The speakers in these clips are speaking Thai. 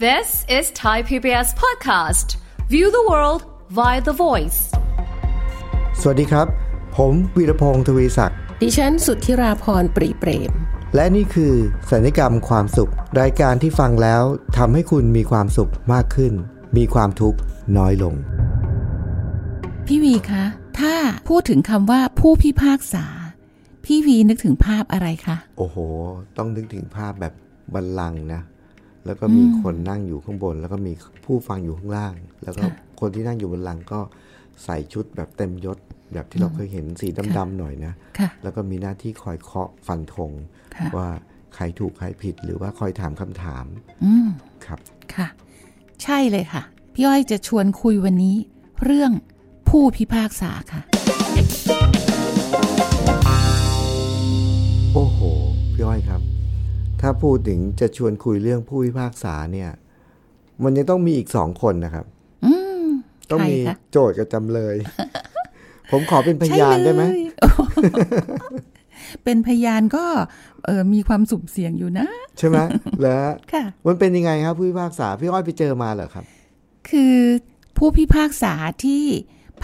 This is Thai PBS Podcast. View the world via the voice. สวัสดีครับ ผมวีรพงศ์ทวีศักดิ์ ดิฉันสุทธิราพรปรีเปรม และนี่คือสัญญกรรมความสุข รายการที่ฟังแล้วทำให้คุณมีความสุขมากขึ้น มีความทุกข์น้อยลง พี่วีคะ ถ้าพูดถึงคำว่าผู้พิพากษา พี่วีนึกถึงภาพอะไรคะ โอ้โห ต้องนึกถึงภาพแบบบันลังก์นะ แล้วก็มีคนนั่งอยู่ข้างบน แล้วก็มีผู้ฟังอยู่ข้างล่าง แล้วก็คนที่นั่งอยู่บนลังก์ก็ใส่ชุดแบบเต็มยศ แบบที่เราเคยเห็นสีดำๆหน่อยนะ ค่ะ แล้วก็มีหน้าที่คอยเคาะฟันธง ค่ะ ว่าใครถูกใครผิดหรือว่าคอยถามคำถาม อืม ครับ ค่ะ ใช่เลยค่ะ พี่อ้อยจะชวนคุยวันนี้ เรื่องผู้พิพากษาค่ะ โอ้โห พี่อ้อยครับ ถ้าพูดถึงจะชวนคุยเรื่องผู้พิพากษาเนี่ย มันยังต้องมีอีกสองคนนะครับ อืม ต้อง ใคร มี คะ โจทย์กับจำเลย ผมขอเป็นพยานได้ไหม ใช่เลยโอ้โห เป็นพยานก็เออมีความสุ่มเสี่ยงอยู่นะ ใช่ไหมแล้ว ค่ะ มันเป็นยังไงครับผู้พิพากษาพี่อ้อยไปเจอมาเหรอครับ คือผู้พิพากษาที่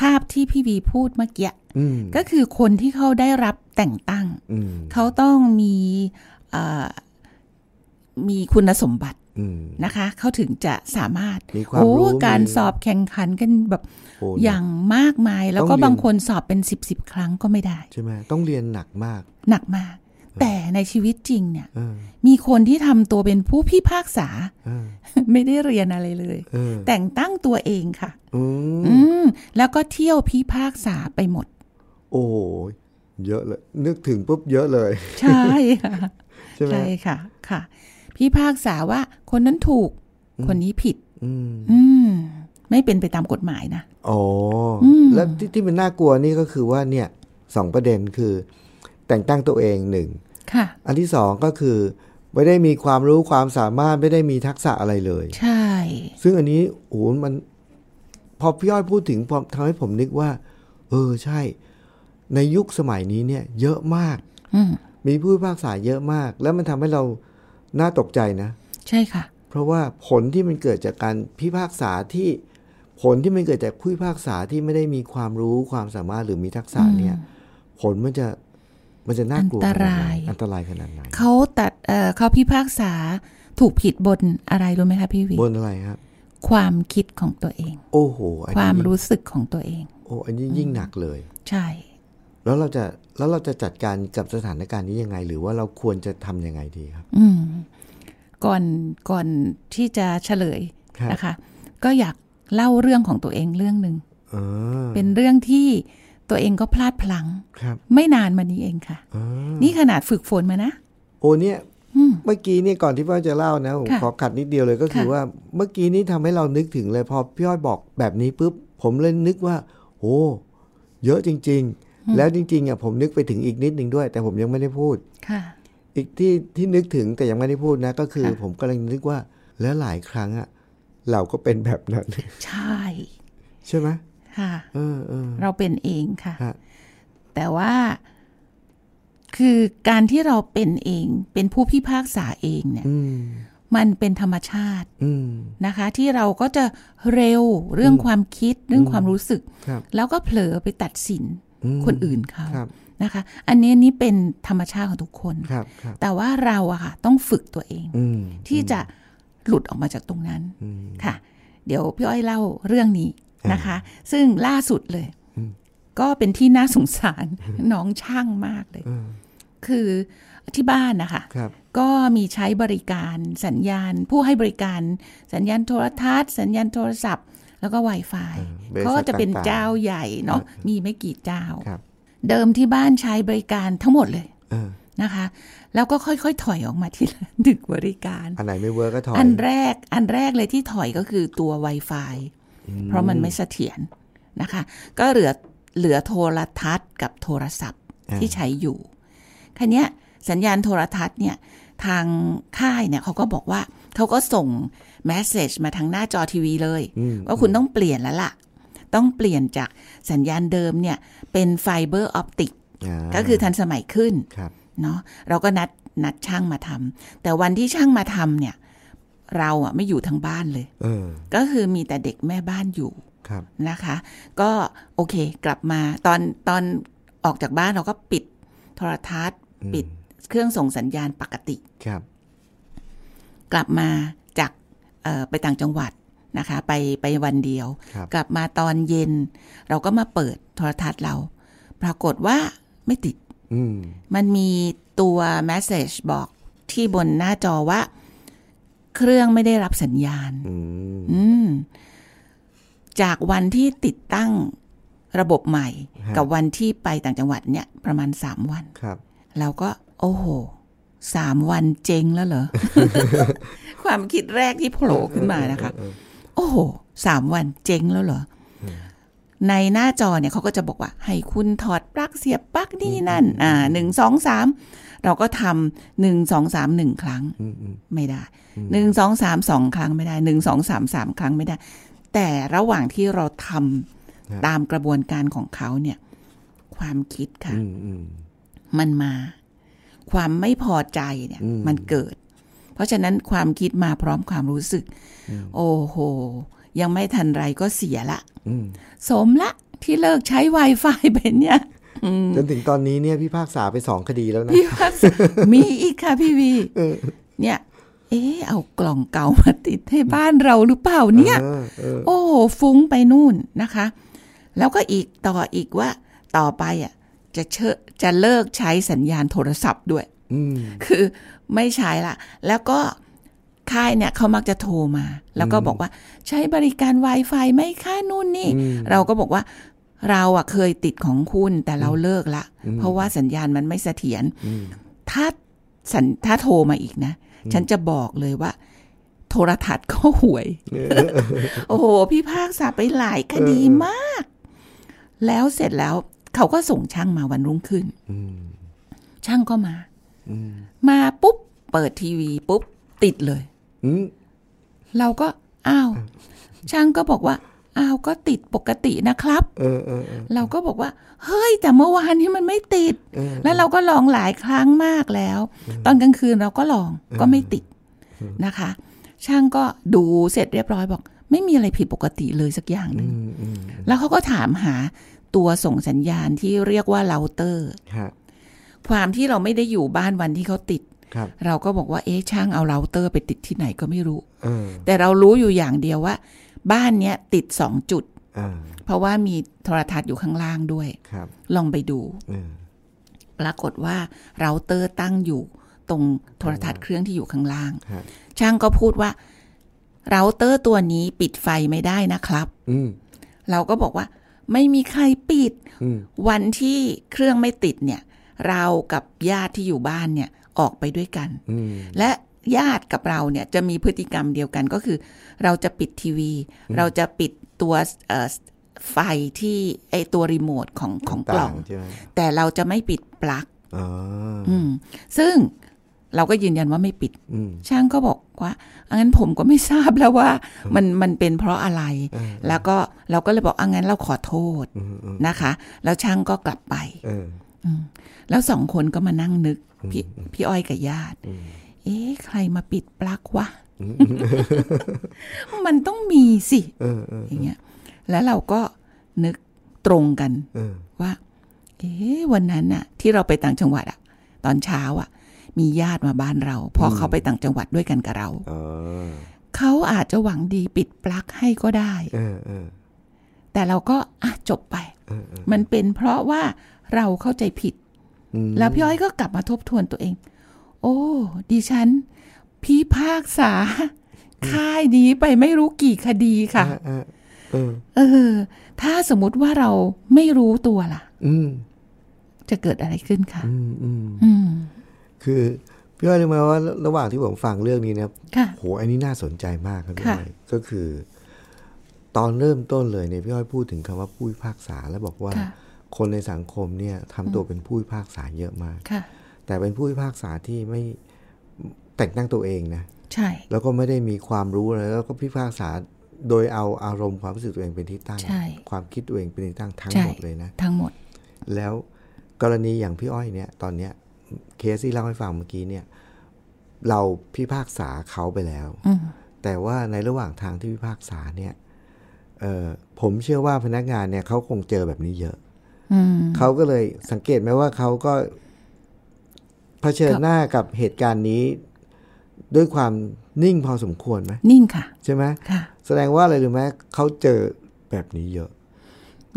ภาพที่พี่วีพูดเมื่อกี้ อืม ก็คือคนที่เขาได้รับแต่งตั้ง อืม เขาต้องมีเอ่อมีคุณสมบัติ อืม นะคะ เขาถึงจะสามารถ มีความ โอ้ รู้ การ มี สอบแข่งขันกันแบบ โอ้หนัก อย่างมากมาย แล้ว ต้อง ก็ เรียน บางคนสอบเป็นสิบสิบครั้งก็ไม่ได้ ใช่ไหมต้องเรียนหนักมาก หนักมาก แต่ในชีวิตจริงเนี่ย เออ มีคนที่ทำตัวเป็นผู้พิพากษา เออ ไม่ได้เรียนอะไรเลย เออ แต่งตั้งตัวเองค่ะ อืม อืมแล้วก็เที่ยวพิพากษาไปหมด โอ้โหเยอะเลย นึกถึงปุ๊บเยอะเลย ใช่ค่ะ ใช่ไหม ใช่ค่ะ ค่ะ พิพากษาว่าคนนั้นถูก คนนี้ผิด อืม อืม ไม่เป็นไปตามกฎหมายนะ อ๋ออแล้วที่ที่มันน่ากลัวนี่ก็คือว่าเนี่ยสองประเด็นคือ แต่งตั้งตัวเองหนึ่ง ค่ะ อันที่สองก็คือ ไม่ได้มีความรู้ความสามารถไม่ได้มีทักษะอะไรเลย ใช่ ซึ่งอันนี้โอ้โหมัน พอพี่อ้อยพูดถึงพอทำให้ผมนึกว่า เออใช่ ในยุคสมัยนี้เนี่ย เยอะมาก อืม มีผู้พิพากษาเยอะมาก แล้วมันทำให้เราน่าตกใจนะ ใช่ค่ะ เพราะว่าผลที่มันเกิดจากการพิพากษาที่ผลที่มันเกิดจากผู้พิพากษาที่ไม่ได้มีความรู้ความสามารถหรือมีทักษะเนี่ย ผลมันจะมันจะน่ากลัว อันตราย ขนดไหนอันตรายขนาดไหน เขาตัด เอ่อเขาพิพากษาถูกผิดบนอะไรรู้ไหมคะพี่วี บนอะไรครับ ความคิดของตัวเอง โอ้โหอัน ค นี้ วามรู้สึกของตัวเอง โอ้อันนี้ยิ่งหนักเลย ใช่ แล้วเราจะแล้วเราจะจัดการกับสถานการณ์นี้ยังไง หรือว่าเราควรจะทำยังไงดีครับ อืม ก่อน ก่อนที่จะเฉลย ครับ นะคะ ก็อยากเล่าเรื่องของตัวเองเรื่องหนึ่ง เออ เป็นเรื่องที่ตัวเองก็พลาดพลั้ง ครับ ไม่นานมานี้เองค่ะ เออ นี่ขนาดฝึกฝนมานะ โอ้เนี่ยเมื่อกี้เนี่ยก่อนที่พี่อ้อยจะเล่านะผม ค่ะ ขอขัดนิดเดียวเลยก็คือ ค่ะ ว่าเมื่อกี้นี้ทำให้เรานึกถึงเลยพอพี่อ้อยบอกแบบนี้ปุ๊บผมเลยนึกว่า โอ้เยอะจริง ๆ แล้วจริงๆอ่ะผมนึกไปถึงอีกนิดหนึ่งด้วย แต่ผมยังไม่ได้พูด ค่ะ อีกที่ที่นึกถึงแต่ยังไม่ได้พูดนะ ก็คือ ค่ะ ผมกำลังนึกว่าแล้วหลายครั้งอ่ะเราก็เป็นแบบนั้น ใช่ ใช่ไหม ค่ะ เออเออ เราเป็นเองค่ะ ฮะ แต่ว่าคือการที่เราเป็นเอง เป็นผู้พิพากษาเองเนี่ย อืม มันเป็นธรรมชาติ อืม นะคะ ที่เราก็จะเร็วเรื่องความคิดเรื่องความรู้สึก ครับ แล้วก็เผลอไปตัดสิน อืม คนอื่นเขา ครับ นะคะ อันนี้นี่เป็นธรรมชาติของทุกคน ครับครับ แต่ว่าเราอะค่ะ ต้องฝึกตัวเอง อืม ที่จะหลุดออกมาจากตรงนั้นค่ะ เดี๋ยวพี่อ้อยเล่าเรื่องนี้นะคะ ซึ่งล่าสุดเลย ก็เป็นที่น่าสงสาร น้องช่างมากเลย คือที่บ้านนะคะ ครับ ก็มีใช้บริการสัญญาณ ผู้ให้บริการสัญญาณโทรทัศน์ สัญญาณโทรศัพท์ แล้วก็ Wi-Fi บริษัท ก็จะเป็น ต่างๆ เจ้าใหญ่เนาะมีไม่กี่เจ้า ครับ เดิมที่บ้านใช้บริการทั้งหมดเลย เออ นะคะ แล้วก็ค่อยๆ ถอยออกมาทีละ หนึ่งบริการ อันไหนไม่เวิร์กก็ถอย อันแรกอันแรกเลยที่ถอยก็คือตัว Wi-Fi เพราะมันไม่เสถียรนะคะ ก็เหลือเหลือโทรทัศน์กับโทรศัพท์ อ่า ที่ใช้อยู่คันนี้ยสัญญาณโทรทัศน์เนี่ยทางค่ายเนี่ยเขาก็บอกว่าเขาก็ส่งแมสเซจมาทางหน้าจอทีวีเลย ว่าคุณต้องเปลี่ยนแล้วล่ะ ต้องเปลี่ยนจากสัญญาณเดิมเนี่ยเป็นไฟเบอร์ออปติก อ่า ก็คือทันสมัยขึ้น ครับ เนาะเราก็นัดนัดช่างมาทำแต่วันที่ช่างมาทำเนี่ย เราอ่ะไม่อยู่ทั้งบ้านเลย เออ ก็คือมีแต่เด็กแม่บ้านอยู่ ครับ นะคะ ก็โอเคกลับมาตอนตอนออกจากบ้านเราก็ปิดโทรทัศน์ อืม ปิดเครื่องส่งสัญญาณปกติ ครับ กลับมาจากเอ่อไปต่างจังหวัดนะคะ ไปไปวันเดียว ครับ กลับมาตอนเย็น เราก็มาเปิดโทรทัศน์เรา ปรากฏว่าไม่ติด อืม มันมีตัว message บอกที่บนหน้าจอว่า เครื่องไม่ได้รับสัญญาณ อืม อืม จากวันที่ติดตั้งระบบใหม่ ะ กับวันที่ไปต่างจังหวัดเนี่ย ประมาณสามวัน ครับ เราก็ โอ้โหสามวันเจ๊งแล้ วเหรอ ความคิดแรกที่โผล่ขึ้นมานะคะ เออ โอ้โหสามวันเจ๊งแล้วเหรอ ในหน้าจอเนี่ยเขาก็จะบอกว่า ให้คุณถอดปลั๊กเสียบปลั๊กนี่นั่น อ่าหนึ่งสองสามเราก็ทำหนึ่งสองสามหนึ่งครั้ง เอออืมอืม ไม่ได้ อืม หนึ่งสองสามสองครั้งไม่ได้หนึ่งสองสามสามครั้งไม่ได้ แต่ระหว่างที่เราทำตามกระบวนการของเขาเนี่ย ความคิดค่ะ อืมอืม มันมา ความไม่พอใจเนี่ย อืม มันเกิด เพราะฉะนั้นความคิดมาพร้อมความรู้สึก โอ้โห ยังไม่ทันไรก็เสียละ อืม สมละที่เลิกใช้ Wi-Fi เป็นเนี่ย จนถึงตอนนี้เนี่ยพี่ภาคษาไปสองคดีแล้วนะ พี่ว่ามีอีกค่ะพี่วีเนี่ย เอ๊ะเอากล่องเก่ามาติดให้บ้านเราหรือเปล่าเนี่ย เออเออ โอ้โหฟุ้งไปนู่นนะคะ แล้วก็อีกต่ออีกว่าต่อไปอ่ะจะเชอะจะเลิกใช้สัญญาณโทรศัพท์ด้วย อืม คือไม่ใช้ละแล้วก็ค่ายเนี่ยเขามักจะโทรมา แล้วก็บอกว่าใช้บริการ Wi-Fi ไหม่ค่านู่นนี่ เราก็บอกว่าเราอะเคยติดของคุณแต่เราเลิกละ เพราะว่าสัญญาณมันไม่เสถียรถ้าสัญถ้าโทรมาอีกนะ ฉันจะบอกเลยว่า โทรทัศน์ก็ห่วย โอ้โห พี่ภาคษาไปหลายคดีมาก แล้วเสร็จแล้วเขาก็ส่งช่างมาวันรุ่งขึ้น อืม ช่างก็มา อืม มาปุ๊บ เปิดทีวีปุ๊บ ติดเลย อืม เราก็อ้าว ช่างก็บอกว่าอ้าวก็ติดปกตินะครับ เออเออเออ เราก็บอกว่า เฮ้ย แต่เมื่อวานนี้มันไม่ติด เออ แล้วเราก็ลองหลายครั้งมากแล้ว ตอนกลางคืนเราก็ลองก็ไม่ติดนะคะ ช่างก็ดูเสร็จเรียบร้อยบอก ไม่มีอะไรผิดปกติเลยสักอย่างหนึ่ง อืมอืม แล้วเขาก็ถามหาตัวส่งสัญญาณที่เรียกว่าเราเตอร์ ฮะ ความที่เราไม่ได้อยู่บ้านวันที่เขาติด ครับ เราก็บอกว่าเอ๊ะช่างเอาเราเตอร์ไปติดที่ไหนก็ไม่รู้ เออ แต่เรารู้อยู่อย่างเดียวว่า บ้านเนี้ยติดสองจุด อ่า เพราะว่ามีโทรทัศน์อยู่ข้างล่างด้วย ครับ ลองไปดู เออ ปรากฏว่าเราเตอร์ตั้งอยู่ตรงโทรทัศน์เครื่องที่อยู่ข้างล่าง ฮะ ช่างก็พูดว่า เราเตอร์ตัวนี้ปิดไฟไม่ได้นะครับ อืม เราก็บอกว่า ไม่มีใครปิด อืม วันที่เครื่องไม่ติดเนี่ย เรากับญาติที่อยู่บ้านเนี่ยออกไปด้วยกัน อืม และญาติกับเราเนี่ยจะมีพฤติกรรมเดียวกันก็คือ เราจะปิดทีวี เราจะปิดตัวเอ่อไฟที่ไอตัวรีโมทของของกล่อง ต่าใช่ไหม แต่เราจะไม่ปิดปลั๊ก อ๋อ อืมซึ่งเราก็ยืนยันว่าไม่ปิด อืม ช่างก็บอกว่าอังั้นผมก็ไม่ทราบแล้วว่ามันมันเป็นเพราะอะไร เออ แล้วก็เราก็เลยบอกอังั้นเราขอโทษ อืมอืม นะคะ แล้วช่างก็กลับไป เออ แล้วสองคนก็มานั่งนึกพี่พี่อ้อยกับญาติ เอ๊ะใครมาปิดปลั๊กวะ มันต้องมีสิ เออเออ อย่างเงี้ย แล้วเราก็นึกตรงกัน เออ ว่า เอ๊ะวันนั้นน่ะ ที่เราไปต่างจังหวัดอะตอนเช้าอะมีญาติมาบ้านเรา เพราะเขาไปต่างจังหวัดด้วยกันกับเรา อ๋อ เขาอาจจะหวังดีปิดปลั๊กให้ก็ได้ เออเออ แต่เราก็อ่ะจบไป เออเออ มันเป็นเพราะว่าเราเข้าใจผิด อืม แล้วพี่อ้อยก็กลับมาทบทวนตัวเอง โอ้ ดิฉัน พี่ภาคษา ค่ายนี้ไปไม่รู้กี่คดีค่ะ เออเออ เออ ถ้าสมมติว่าเราไม่รู้ตัวล่ะ อืม จะเกิดอะไรขึ้นค่ะ อืมอืม อืม คือพี่อ้อยรู้ไหมว่าระหว่างที่ผมฟังเรื่องนี้นะ ค่ะ โห อันนี้น่าสนใจมากครับพี่ ค่ะ อ้อยก็คือ ตอนเริ่มต้นเลยเนี่ยพี่อ้อยพูดถึงคำว่าผู้พิพากษาแล้วบอกว่า ค่ะ คนในสังคมเนี่ยทำตัวเป็นผู้พิพากษาเยอะมาก ค่ะ แต่เป็นผู้พิพากษาที่ไม่แต่งตั้งตัวเองนะ ใช่ แล้วก็ไม่ได้มีความรู้อะไรแล้วก็พิพากษาโดยเอาอารมณ์ความรู้สึกตัวเองเป็นที่ตั้ง ใช่ ความคิดตัวเองเป็นที่ตั้งทั้ง ใช่ หมดเลยนะ ทั้งหมด แล้วกรณีอย่างพี่อ้อยเนี่ย ตอนเนี้ยเคสที่เล่าให้ฟังเมื่อกี้เนี่ย เราพิพากษาเขาไปแล้ว แต่ว่าในระหว่างทางที่พิพากษาเนี่ยเอ่อผมเชื่อว่าพนักงานเนี่ยเขาคงเจอแบบนี้เยอะ อืม เขาก็เลยสังเกตไหมว่าเขาก็เผชิญหน้ากับเหตุการณ์นี้ ด้วยความนิ่งพอสมควรไหม นิ่งค่ะ ใช่ไหม ค่ะ แสดงว่าอะไรรู้ไหมเขาเจอแบบนี้เยอะ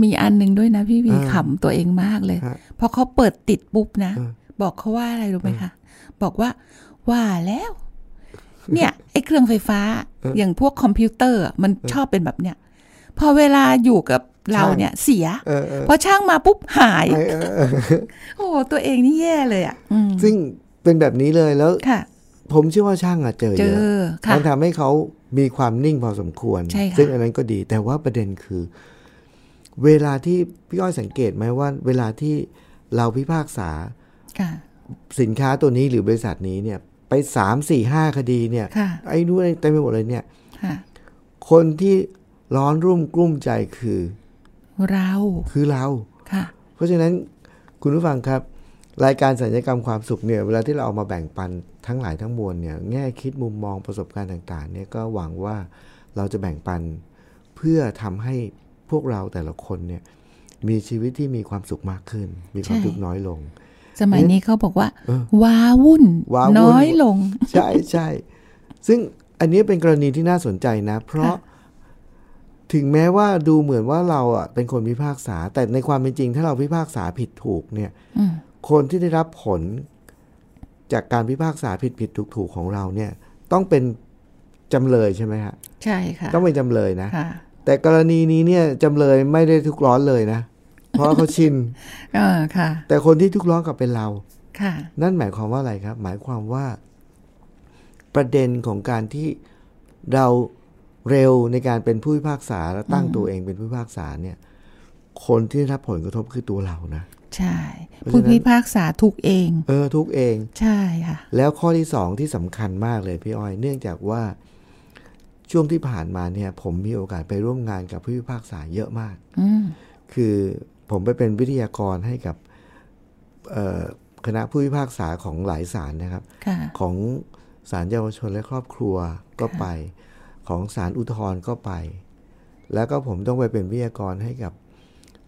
มีอันหนึ่งด้วยนะพี่วี อ่า ขำตัวเองมากเลย ฮะ พอเขาเปิดติดปุ๊บนะ อ่า บอกเขาว่าอะไรรู้ไหมคะ บอกว่า ว่าแล้ว เนี่ยไอ้เครื่องไฟฟ้าอย่างพวกคอมพิวเตอร์อะมันชอบเป็นแบบเนี้ยพอเวลาอยู่กับเราเนี่ยเสีย เออเออ พอช่างมาปุ๊บหาย เออเออเออ โอ้โหตัวเองนี่แย่เลยอ่ะ อืม ซึ่งเป็นแบบนี้เลยแล้ว ค่ะ ผมเชื่อว่าช่างอะเจอ เจ เย อ อะ ค่ะ มัทำให้เขามีความนิ่งพอสมควร ใช่ค่ะ ซึ่งอันนั้นก็ดี แต่ว่าประเด็นคือ เวลาที่พี่อ้อยสังเกตไหมว่า เวลาที่เราพิพากษา ค่ะ สินค้าตัวนี้หรือบริษัทนี้เนี่ย ไปสามสี่ห้าคดีเนี่ย ค่ะ ไอ้นู่นไอ้เต็มไปหมดเลยเนี่ย ค่ะ คนที่ร้อนรุ่มกลุ้มใจคือ เรา คือเรา ค่ะ เพราะฉะนั้นคุณผู้ฟังครับ รายการสัญญกรรมความสุขเนี่ยเวลาที่เราเอามาแบ่งปันทั้งหลายทั้งมวลเนี่ยแง่คิดมุมมองประสบการณ์ต่างๆเนี่ยก็หวังว่าเราจะแบ่งปันเพื่อทำให้พวกเราแต่ละคนเนี่ยมีชีวิตที่มีความสุขมากขึ้น มีความ ใช่ ทุกข์น้อยลง สมัยนี้เขาบอกว่า เออ ว้าวุ่น ว้าวุ่น น้อยลง ใช่ใช่ซึ่งอันนี้เป็นกรณีที่น่าสนใจนะ เพราะถึงแม้ว่าดูเหมือนว่าเราอ่ะเป็นคนพิพากษา แต่ในความเป็นจริง ถ้าเราพิพากษาผิดถูกเนี่ย อืม คนที่ได้รับผลจากการพิพากษาผิดผิดถูกถูกๆของเราเนี่ย ต้องเป็นจำเลยใช่ไหมฮะ ใช่ค่ะ ต้องเป็นจำเลยนะ ค่ะ แต่กรณีนี้เนี่ยจำเลยไม่ได้ทุกข์ร้อนเลยนะ เพราะเขาชิน เออค่ะ แต่คนที่ทุกข์ร้อนกลับเป็นเรา ค่ะ นั่นหมายความว่าอะไรครับ หมายความว่า ประเด็นของการที่เราเร็วในการเป็นผู้พิพากษาและตั้งตัวเองเป็นผู้พิพากษาเนี่ย คนที่ได้รับผลกระทบคือตัวเรานะ ใช่ เพราะ ผู้ ฉะนั้น พิพากษาถูกเอง เออทุกข์เอง ใช่ค่ะ แล้วข้อที่สองที่สำคัญมากเลยพี่อ้อย เนื่องจากว่าช่วงที่ผ่านมาเนี่ย ผมมีโอกาสไปร่วมงานกับผู้พิพากษาเยอะมาก อืม คือผมไปเป็นวิทยากรให้กับเอ่อคณะผู้พิพากษาของหลายศาลนะครับ ค่ะ ของศาลเยาวชนและครอบครัวก็ไป ของศาลอุทธรณ์ก็ไป แล้วก็ผมต้องไปเป็นวิทยากรให้กับ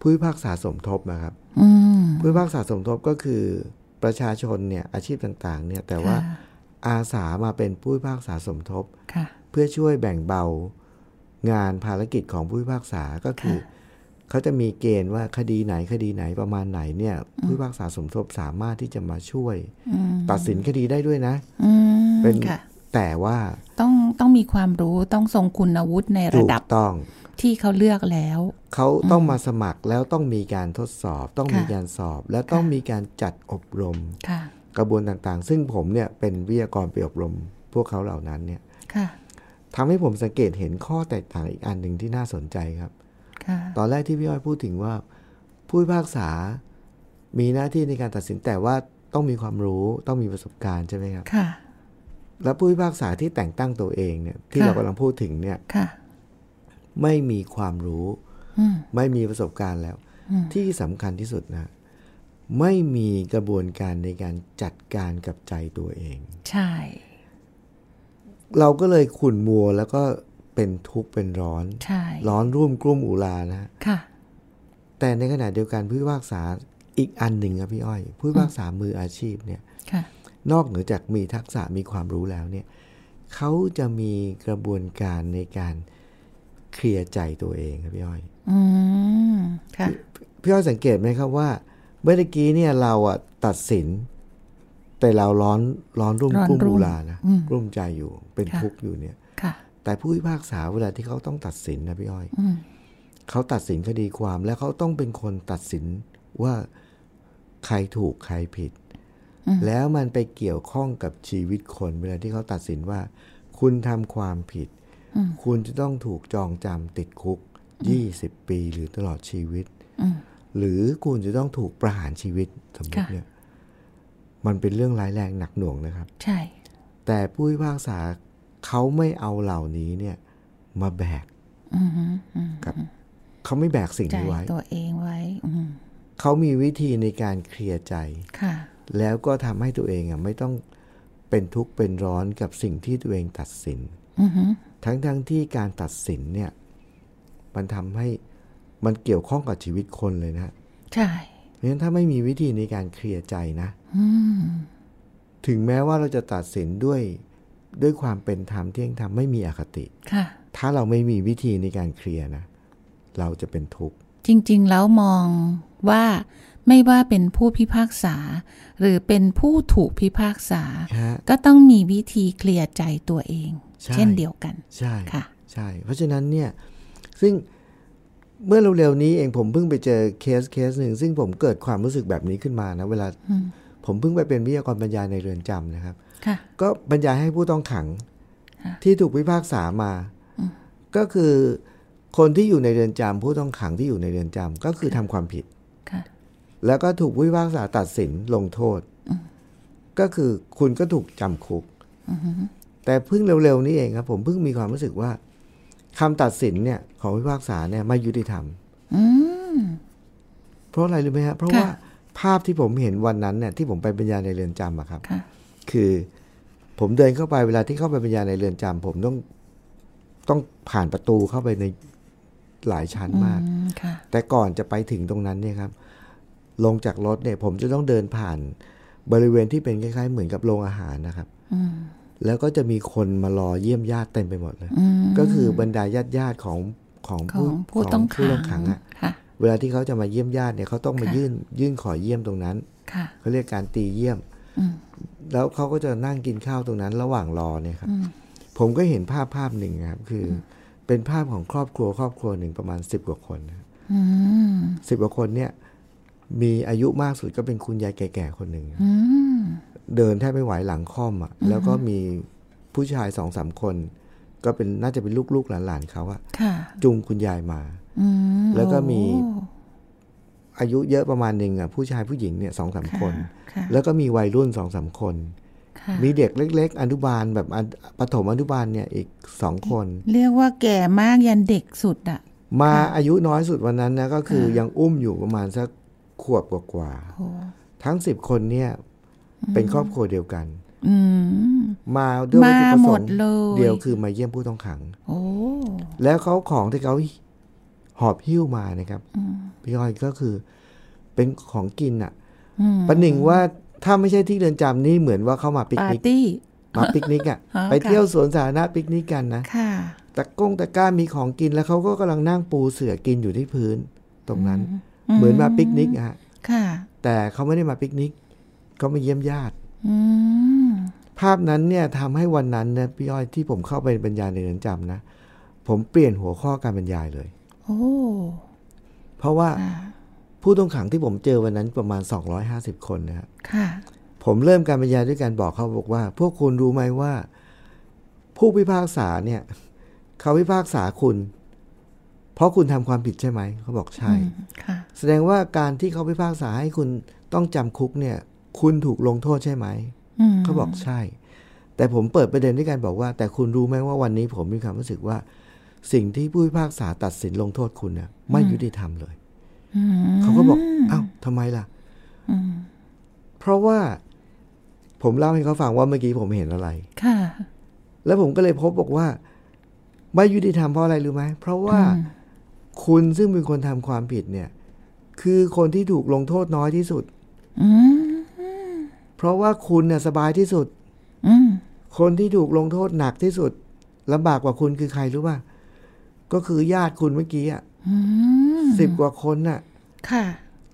ผู้พิพากษาสมทบนะครับ อืม ผู้พิพากษาสมทบก็คือประชาชนเนี่ยอาชีพต่างๆเนี่ยแต่ว่า ค่ะ อาสามาเป็นผู้พิพากษาสมทบ ค่ะ เพื่อช่วยแบ่งเบางานภารกิจของผู้พิพากษาก็คือเขาจะมีเกณฑ์ว่าคดีไหนคดีไหนประมาณไหนเนี่ยผู้พิพากษาสมทบสามารถที่จะมาช่วย อืม ตัดสินคดีได้ด้วยนะ อืม เป็น ค่ะ แต่ว่า ต้องต้องมีความรู้ต้องทรงคุณวุฒิในระ ถูก ดับ ต้อง ที่เขาเลือกแล้ว เขาต้องมาสมัครแล้วต้องมีการทดสอบ ต้องมี ค่ะ การสอบ และต้องมีการจัดอบรม ค่ะ กระบวนต่างๆ ซึ่งผมเนี่ยเป็นวิทยากรไปอบรม พวกเขาเหล่านั้นเนี่ย ค่ะ ทำให้ผมสังเกตเห็นข้อแตกต่างอีกอันหนึ่งที่น่าสนใจครับ ค่ะ ตอนแรกที่พี่อ้อยพูดถึงว่า ผู้พิพากษา มีหน้าที่ในการตัดสินแต่ว่าต้องมีความรู้ต้องมีประสบการณ์ใช่ไหมครับ ค่ะ และผู้พิพากษาที่แต่งตั้งตัวเองเนี่ยที่ ค่ะ เรากำลังพูดถึงเนี่ย ค่ะ ไม่มีความรู้ อืม ไม่มีประสบการณ์แล้ว อืม ที่สำคัญที่สุดนะ ไม่มีกระบวนการในการจัดการกับใจตัวเอง ใช่ เราก็เลยขุ่นมัวแล้วก็เป็นทุกข์เป็นร้อน ใช่ ร้อนรุ่มกลุ่มอุลานะ ค่ะ แต่ในขณะเดียวกันผู้พิพากษาอีกอันหนึ่งครับพี่อ้อย ผู้พิพากษามืออาชีพเนี่ย ค่ะ นอกเหนือจากมีทักษะมีความรู้แล้วเนี่ยเขาจะมีกระบวนการในการเคลียร์ใจตัวเองครับพี่อ้อย อืม ค่ะ พี่อ้อยสังเกตไหมครับว่า เมื่อตะกี้เนี่ยเราอ่ะตัดสิน แต่เราร้อนร้อนรุ่ม ร้อนรุ่ กลุ้มมรูลานะกลุ้มใจอยู่เป็น ค่ะ ทุกข์อยู่เนี่ย ค่ะ แต่ผู้พิพากษาเวลาที่เขาต้องตัดสินนะพี่อ้อย อืม เขาตัดสินคดีความ และเขาต้องเป็นคนตัดสินว่าใครถูกใครผิด แล้วมันไปเกี่ยวข้องกับชีวิตคน เวลาที่เขาตัดสินว่า คุณทำความผิด คุณจะต้องถูกจองจำติดคุก 20 ปีหรือตลอดชีวิต อืม หรือคุณจะต้องถูกประหารชีวิตสมมติ ค่ะ เนี่ย มันเป็นเรื่องร้ายแรงหนักหน่วงนะครับ ใช่ แต่ผู้พิพากษาเขาไม่เอาเหล่านี้เนี่ย มาแบก อืมฮึอืม กับเขาไม่แบกสิ่ง ใจ นี้ไว้ ตัวเองไว้ อืม เขามีวิธีในการเคลียร์ใจ ค่ะ แล้วก็ทำให้ตัวเองอ่ะไม่ต้องเป็นทุกข์เป็นร้อนกับสิ่งที่ตัวเองตัดสิน อือฮึ ทั้งทั้งที่การตัดสินเนี่ย มันทำให้มันเกี่ยวข้องกับชีวิตคนเลยนะ ใช่ เพราะฉะนั้นถ้าไม่มีวิธีในการเคลียร์ใจนะ ถึงแม้ว่าเราจะตัดสินด้วยด้วยความเป็นธรรมเที่ยงธรรมไม่มีอคติ ค่ะ ถ้าเราไม่มีวิธีในการเคลียร์นะ เราจะเป็นทุกข์ จริงๆ แล้วมองว่าไม่ว่าเป็นผู้พิพากษา หรือเป็นผู้ถูกพิพากษา ฮะ ก็ต้องมีวิธีเคลียร์ใจตัวเอง ใช่ เช่นเดียวกัน ใช่ ค่ะ ใช่ เพราะฉะนั้นเนี่ยซึ่งเมื่อเร็วๆนี้เองผมเพิ่งไปเจอเคสเคสหนึ่งซึ่งผมเกิดความรู้สึกแบบนี้ขึ้นมานะ เวลาผมเพิ่งไปเป็นวิทยากรบรรยายในเรือนจำนะครับ ค่ะ ก็บรรยายให้ผู้ต้องขัง ที่ถูกพิพากษามา ก็คือคนที่อยู่ในเรือนจำผู้ต้องขังที่อยู่ในเรือนจำก็คือทำความผิด ค่ะ แล้วก็ถูกผู้พิพากษาตัดสินลงโทษ ก็คือคุณก็ถูกจำคุก แต่เพิ่งเร็วๆนี้เองครับ ผมเพิ่งมีความรู้สึกว่าคำตัดสินเนี่ย ของผู้พิพากษาเนี่ยไม่ยุติธรรมเพราะอะไรรู้ไหมฮะเพราะว่า ค่ะ ภาพที่ผมเห็นวันนั้นเนี่ยที่ผมไปบรรยายในเรือนจำอะครับ ค่ะ คือผมเดินเข้าไปเวลาที่เข้าไปบรรยายในเรือนจำผมต้องต้องผ่านประตูเข้าไปในหลายชั้นมาก อืม ค่ะ แต่ก่อนจะไปถึงตรงนั้นเนี่ยครับ ลงจากรถเนี่ย ผมจะต้องเดินผ่านบริเวณที่เป็นคล้ายๆ เหมือนกับโรงอาหารนะครับแล้วก็จะมีคนมารอเยี่ยมญาติเต็มไปหมดเลย ก็คือบรรดาญาติญาติๆของของ ขอ ผู้ งผู้ต้อง ข ขัง ขังอะ ค่ะ เวลาที่เขาจะมาเยี่ยมญาติเนี่ยเขาต้องมา ค่ะ ยื่น ยื่นขอเยี่ยมตรงนั้น ค่ะ เขาเรียกการตีเยี่ยม อืม แล้วเขาก็จะนั่งกินข้าวตรงนั้นระหว่างรอเนี่ยครับ ผมก็เห็นภาพภาพหนึ่งนะครับ คืออเป็นภาพของครอบครัวครอบครัวหนึ่งประมาณสิบกว่าคนนะครับ อืม สิบกว่าคนเนี่ย มีอายุมากสุดก็เป็นคุณยายแก่ๆคนหนึ่ง อืม เดินแทบไม่ไหวหลังค่อมอะ่ะ แล้วก็มีผู้ชายสองสามคน ก็เป็นน่าจะเป็นลูกๆหลานๆเขาอะ ค่ะ จุงคุณยายมา อืม แล้วก็มี โอ้ อายุเยอะประมาณหนึ่งอะ่ะผู้ชายผู้หญิงเนี่ยสองสามคน ค่ะ แล้วก็มีวัยรุ่นสองสามคน ค่ะ มีเด็กเล็ก ๆ อนุบาลแบบอันปฐมอนุบาลเนี่ยอีกสองคน เรียกว่าแก่มากยันเด็กสุดอ่ะ มาอายุน้อยสุดวันนั้นนะก็คือยังอุ้มอยู่ประมาณสักขวบกว่า โอ้ ๆทั้งสิบคนเนี่ยเป็นครอบครัวเดียวกัน อืม มาด้วยวัตถุประส มาหม ง ด ค์ เลย เดียวคือมาเยี่ยมผู้ต้องขัง โอ้ แล้วเขาของที่เขาหอบหิ้วมานะครับพี่อ้อยก็คือเป็นของกินอะ อืม ประหนึ่งว่าถ้าไม่ใช่ที่เรือนจำนี่เหมือนว่าเขามาปิก ปา นิ ร์ ก ตี้ มาปิกนิกอะ อ๋อ ไป ค่ะ เที่ยวสวนสาธารณะปิกนิกกันนะ ค่ะ ตะกร้งตะกร้ามีของกินแล้วเขาก็กำลังนั่งปูเสือกินอยู่ที่พื้น ตรงนั้น เหมือนมาปิกนิกอะฮะ ค่ะ แต่เขาไม่ได้มาปิกนิกเขามาเยี่ยมญาติ อืม ภาพนั้นเนี่ยทำให้วันนั้นนะพี่อ้อยที่ผมเข้าไปบรรยายในเรือนจำนะ ผมเปลี่ยนหัวข้อการบรรยายเลย โอ้ เพราะว่า ค่ะ ผู้ต้องขังที่ผมเจอวันนั้นประมาณ 250 คนนะฮะ ค่ะ ผมเริ่มการบรรยายด้วยการบอกเขาบอกว่า พวกคุณรู้ไหมว่า ผู้พิพากษาเนี่ยเขาพิพากษาคุณ เพราะคุณทำความผิดใช่ไหมเขาบอกใช่ ค่ะ แสดงว่าการที่เขาพิพากษาให้คุณต้องจำคุกเนี่ย คุณถูกลงโทษใช่ไหม อืม เขาบอกใช่ แต่ผมเปิดประเด็นด้วยการบอกว่า แต่คุณรู้ไหมว่าวันนี้ผมมีความรู้สึกว่า สิ่งที่ผู้พิพากษาตัดสินลงโทษคุณเนี่ยไม่ยุติธรรมเลยเขาก็บอกอ้าวทำไมล่ะเพราะว่าผมเล่าให้เขาฟังว่าเมื่อกี้ผมเห็นอะไร ค่ะ แล้วผมก็เลยพบบอกว่า ไม่ยุติธรรมเพราะอะไรรู้ไหมเพราะว่าคุณซึ่งเป็นคนทำความผิดเนี่ย คือคนที่ถูกลงโทษน้อยที่สุด อืม เพราะว่าคุณเนี่ยสบายที่สุด อืม คนที่ถูกลงโทษหนักที่สุดลำบากกว่าคุณคือใครรู้ป่ะก็คือญาติคุณเมื่อกี้อ่ะ อืม สิบกว่าคนน่ะ ค่ะ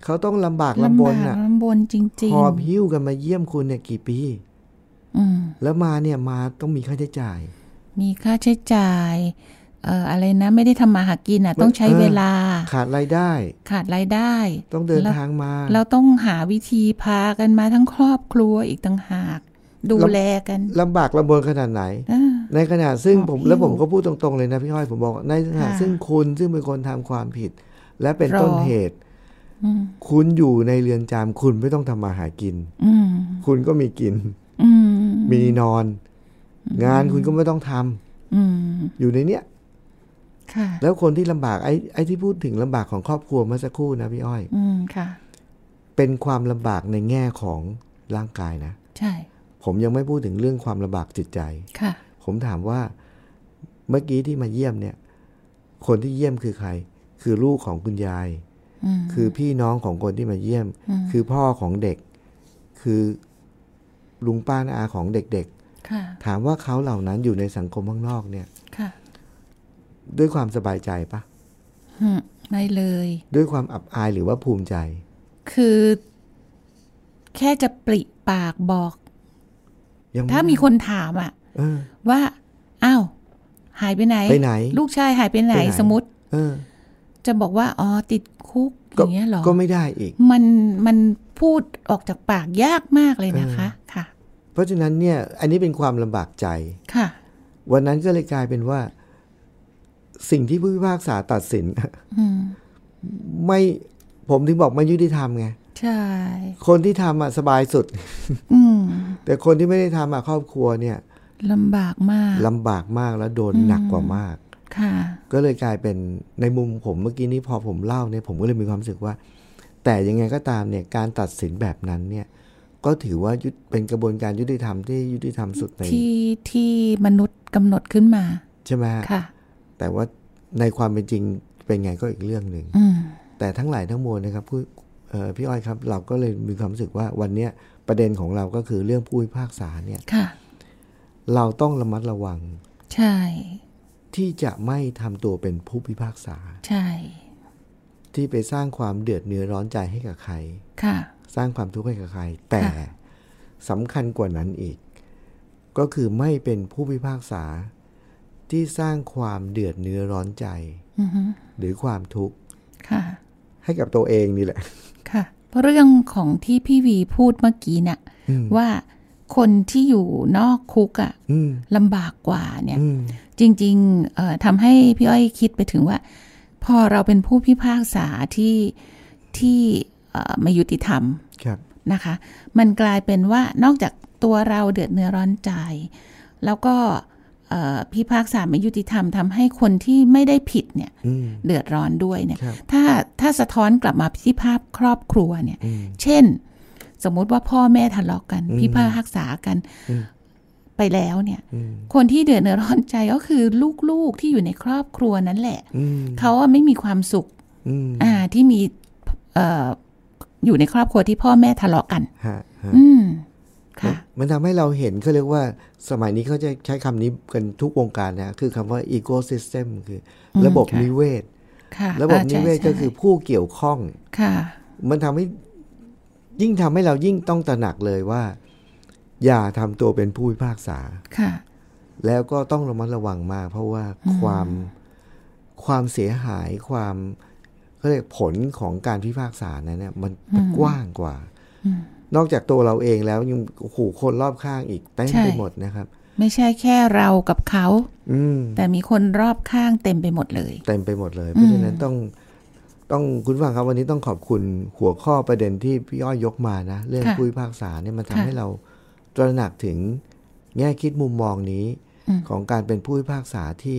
เขาต้องลำบากลำบน ลำบา น่ะ กลำบนจริง หอบหิ้วกันมาเยี่ยมคุณเนี่ยกี่ปี ๆอืม แล้วมาเนี่ยมาต้องมีค่าใช้จ่าย มีค่าใช้จ่าย เอ่อ อะไรนะ ไม่ได้ทำมาหากินอ่ะ ต้องใช้ เออ เวลา ขาดรายได้ ขาดรายได้ ต้องเดิน แล้ว ทางมา เราต้องหาวิธีพากันมาทั้งครอบครัวอีกต่างหาก ดู แล้ว แลกัน ลำบากลำบนขนาดไหน เออ ในขณะซึ่งผม หอบหิ้ว แล้วผมก็พูดตรงๆเลยนะพี่ห้อยผมบอกว่าในขณะ ค่ะ ซึ่งคุณซึ่งเป็นคนทำความผิด และเป็น รอ ต้นเหตุ อืม คุณอยู่ในเรือนจำคุณไม่ต้องทำมาหากิน อืม คุณก็มีกิน อืม มีนอน งานคุณก็ไม่ต้องทำ อืม อยู่ในเนี้ย ค่ะ แล้วคนที่ลำบากไอ้ไอ้ที่พูดถึงลำบากของครอบครัวเมื่อสักครู่นะพี่อ้อย อืม ค่ะ เป็นความลำบากในแง่ของร่างกายนะ ใช่ ผมยังไม่พูดถึงเรื่องความลำบากจิตใจ ค่ะ ผมถามว่า เมื่อกี้ที่มาเยี่ยมเนี่ย คนที่เยี่ยมคือใคร คือลูกของคุณยาย อืม คือพี่น้องของคนที่มาเยี่ยม คือพ่อของเด็ก คือลุงป้าน้าอาของเด็ก ค่ะ ๆ ถามว่าเขาเหล่านั้นอยู่ในสังคมข้างนอกเนี่ย ค่ะ ด้วยความสบายใจปะ อืมไม่เลย ด้วยความอับอายหรือว่าภูมิใจ คือ แค่จะปริปากบอก ยังไ ถ้ามีคนถามอะ เออ ว่าอ้าวหายไปไหน ไปไหน ลูกชายหายไปไหน ไปไหน สมมติ เออ จะบอกว่าอ๋อติดคุกอ ก็ ย่างเงี้ยเหรอ ก็ไม่ได้อีก มันมันพูดออกจากปากยากมากเลยนะคะ ค่ะ เพราะฉะนั้นเนี่ย อันนี้เป็นความลำบากใจ ค่ะ วันนั้นก็เลยกลายเป็นว่า สิ่งที่ผู้พิพากษาตัดสิน อืม ไม่ผมถึงบอกไม่ยุติธรรมไง ใช่ คนที่ทำอ่ะสบายสุด อืม แต่คนที่ไม่ได้ทำอ่ะครอบครัวเนี่ย ลำบากมาก ลำบากมากแล้วโดนหนักกว่ามาก ค่ะ ก็เลยกลายเป็นในมุมผมเมื่อกี้นี้พอผมเล่าเนี่ยผมก็เลยมีความรู้สึกว่า แต่ยังไงก็ตามเนี่ยการตัดสินแบบนั้นเนี่ย ก็ถือว่ายุติเป็นกระบวนการยุติธรรมที่ยุติธรรมสุดใน ที่ที่มนุษย์กำหนดขึ้นมา ใช่ไหมฮะ ค่ะ แต่ว่าในความเป็นจริงเป็นไงก็อีกเรื่องหนึ่ง อืม แต่ทั้งหลายทั้งมวลนะครับผู้เอ่อพี่อ้อยครับ เราก็เลยมีความรู้สึกว่าวันเนี้ยประเด็นของเราก็คือเรื่องผู้พิพากษาเนี่ย ค่ะ เราต้องระมัดระวัง ใช่ ที่จะไม่ทำตัวเป็นผู้พิพากษา ใช่ ที่ไปสร้างความเดือดเนื้อร้อนใจให้กับใคร ค่ะ สร้างความทุกข์ให้กับใคร แต่ ค่ะ สำคัญกว่านั้นอีก ก็คือไม่เป็นผู้พิพากษา ที่สร้างความเดือดเนื้อร้อนใจ อือฮึ หรือความทุกข์ ค่ะ ให้กับตัวเองนี่แหละ ค่ะเรื่องของที่พี่วีพูดเมื่อกี้เนี่ย อืม ว่าคนที่อยู่นอกคุกอะ อืม ลำบากกว่าเนี่ย อืม จริงๆเอ่อทำให้พี่อ้อยคิดไปถึงว่า พอเราเป็นผู้พิพากษาที่ที่เอ่อไม่ยุติธรรม ครับ นะคะ มันกลายเป็นว่านอกจากตัวเราเดือดเนื้อร้อนใจ แล้วก็เอ่อพิพากษาไม่ยุติธรรมทำให้คนที่ไม่ได้ผิดเนี่ย อืม เดือดร้อนด้วยเนี่ย ครับ ถ้าถ้าสะท้อนกลับมาที่ภาพครอบครัวเนี่ย อืม เช่น สมมุติว่าพ่อแม่ทะเลาะกัน อืม พิพากษากัน อืม ไปแล้วเนี่ย อืม คนที่เดือดเนื้อร้อนใจก็คือลูกๆที่อยู่ในครอบครัวนั่นแหละ อืม เขาอะไม่มีความสุข อืม อ่าที่มีเอ่ออยู่ในครอบครัวที่พ่อแม่ทะเลาะกัน ฮะฮะ อืมค่ะ มันทำให้เราเห็นเขาเรียกว่าสมัยนี้เขาจะใช้คำนี้กันทุกวงการนะ คือคำว่า ecosystem คืออ ม ระบบ ค่ะ นิเวศ ค่ะ ระบบ อ่า นิ ใช่ เวศก็คือ ใช่ ผู้เกี่ยวข้อง ค่ะ มันทำให้ยิ่งทำให้เรายิ่งต้องตระหนักเลยว่า อย่าทำตัวเป็นผู้พิพากษา ค่ะ แล้วก็ต้องระมัดระวังมาก เพราะว่าความความเสียหายความเขาเรียกผลของการพิพากษานั้นเนี่ยมันกว้างกว่า นอกจากตัวเราเองแล้วยังโอ้โหคนรอบข้างอีกเต็ม ใช่ ไปหมดนะครับ ไม่ใช่แค่เรากับเขา อืม แต่มีคนรอบข้างเต็มไปหมดเลย เต็มไปหมดเลย เพราะฉะนั้นต้องต้องคุณฟังครับวันนี้ต้องขอบคุณหัวข้อประเด็นที่พี่อ้อยยกมานะ เรื่อง ค่ะ ผู้พิพากษาเนี่ยมันทำ ค่ะ ให้เราตระหนักถึงแง่คิดมุมมองนี้ ของการเป็นผู้พิพากษาที่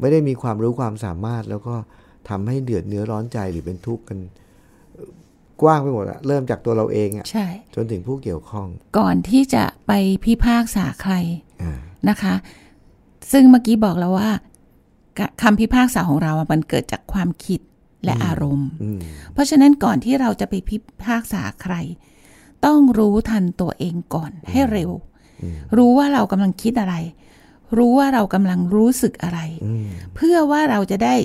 ไม่ได้มีความรู้ความสามารถ แล้วก็ทำให้เดือดเนื้อร้อนใจหรือเป็นทุกข์กันเอ่อกว้างไปหมดอะเริ่มจากตัวเราเองอะ ใช่ จนถึงผู้เกี่ยวข้อง ก่อนที่จะไปพิพากษาใคร อ่า นะคะ ซึ่งเมื่อกี้บอกแล้วว่าคำพิพากษาของเราอะมันเกิดจากความคิดและอารมณ์ อืม เพราะฉะนั้นก่อนที่เราจะไปพิพากษาใคร ต้องรู้ทันตัวเองก่อนให้เร็ว รู้ว่าเรากำลังคิดอะไร รู้ว่าเรากำลังรู้สึกอะไร อืม เพื่อว่าเราจะได้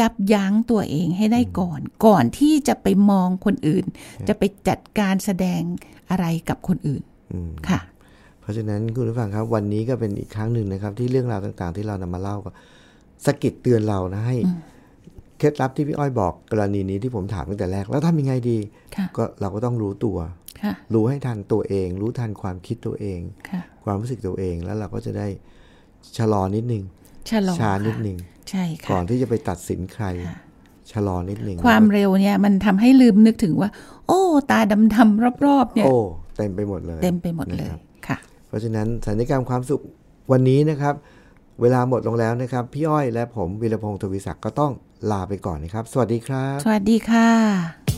ยับยั้งตัวเองให้ได้ก่อน ก่อนที่จะไปมองคนอื่น จะไปจัดการแสดงอะไรกับคนอื่น อืม ค่ะ เพราะฉะนั้นคุณผู้ฟังครับวันนี้ก็เป็นอีกครั้งหนึ่งนะครับ ที่เรื่องราวต่างๆ ที่เรานำมาเล่าก็สะกิดเตือนเรานะให้เคล็ดลับที่พี่อ้อยบอกกรณีนี้ที่ผมถามตั้งแต่แรก แล้วทำยังไงดี ค่ะ ก็เราก็ต้องรู้ตัว ค่ะ รู้ให้ทันตัวเอง รู้ทันความคิดตัวเอง ค่ะ ความรู้สึกตัวเองแล้วเราก็จะได้ชะลอนิดนึง ชะลอ ช้านิด ค่ะ นึง ใช่ค่ะ ก่อนที่จะไปตัดสินใคร ค่ะ ชะลอนิดนึง ความเร็วเนี่ยมันทำให้ลืมนึกถึงว่า โอ้ ตาดำๆรอบๆเนี่ย โอ้เต็มไปหมดเลย เต็มไปหมดเล นะ ย ครับ ค่ะ เพราะฉะนั้นสัญญกรรมความสุขวันนี้นะครับ เวลาหมดลงแล้วนะครับ พี่อ้อยและผมวีรพงศ์ทวีศักดิ์ก็ต้องลาไปก่อนนะครับ สวัสดีครับ สวัสดีค่ะ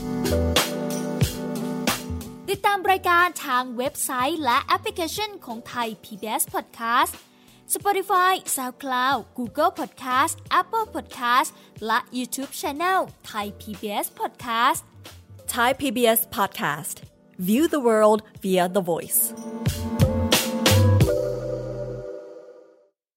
ติดตามรายการทางเว็บไซต์และแอปพลิเคชันของไทย PBS Podcast Spotify SoundCloud Google Podcast Apple Podcast และ YouTube Channel Thai PBS Podcast Thai PBS Podcast View the world via the voice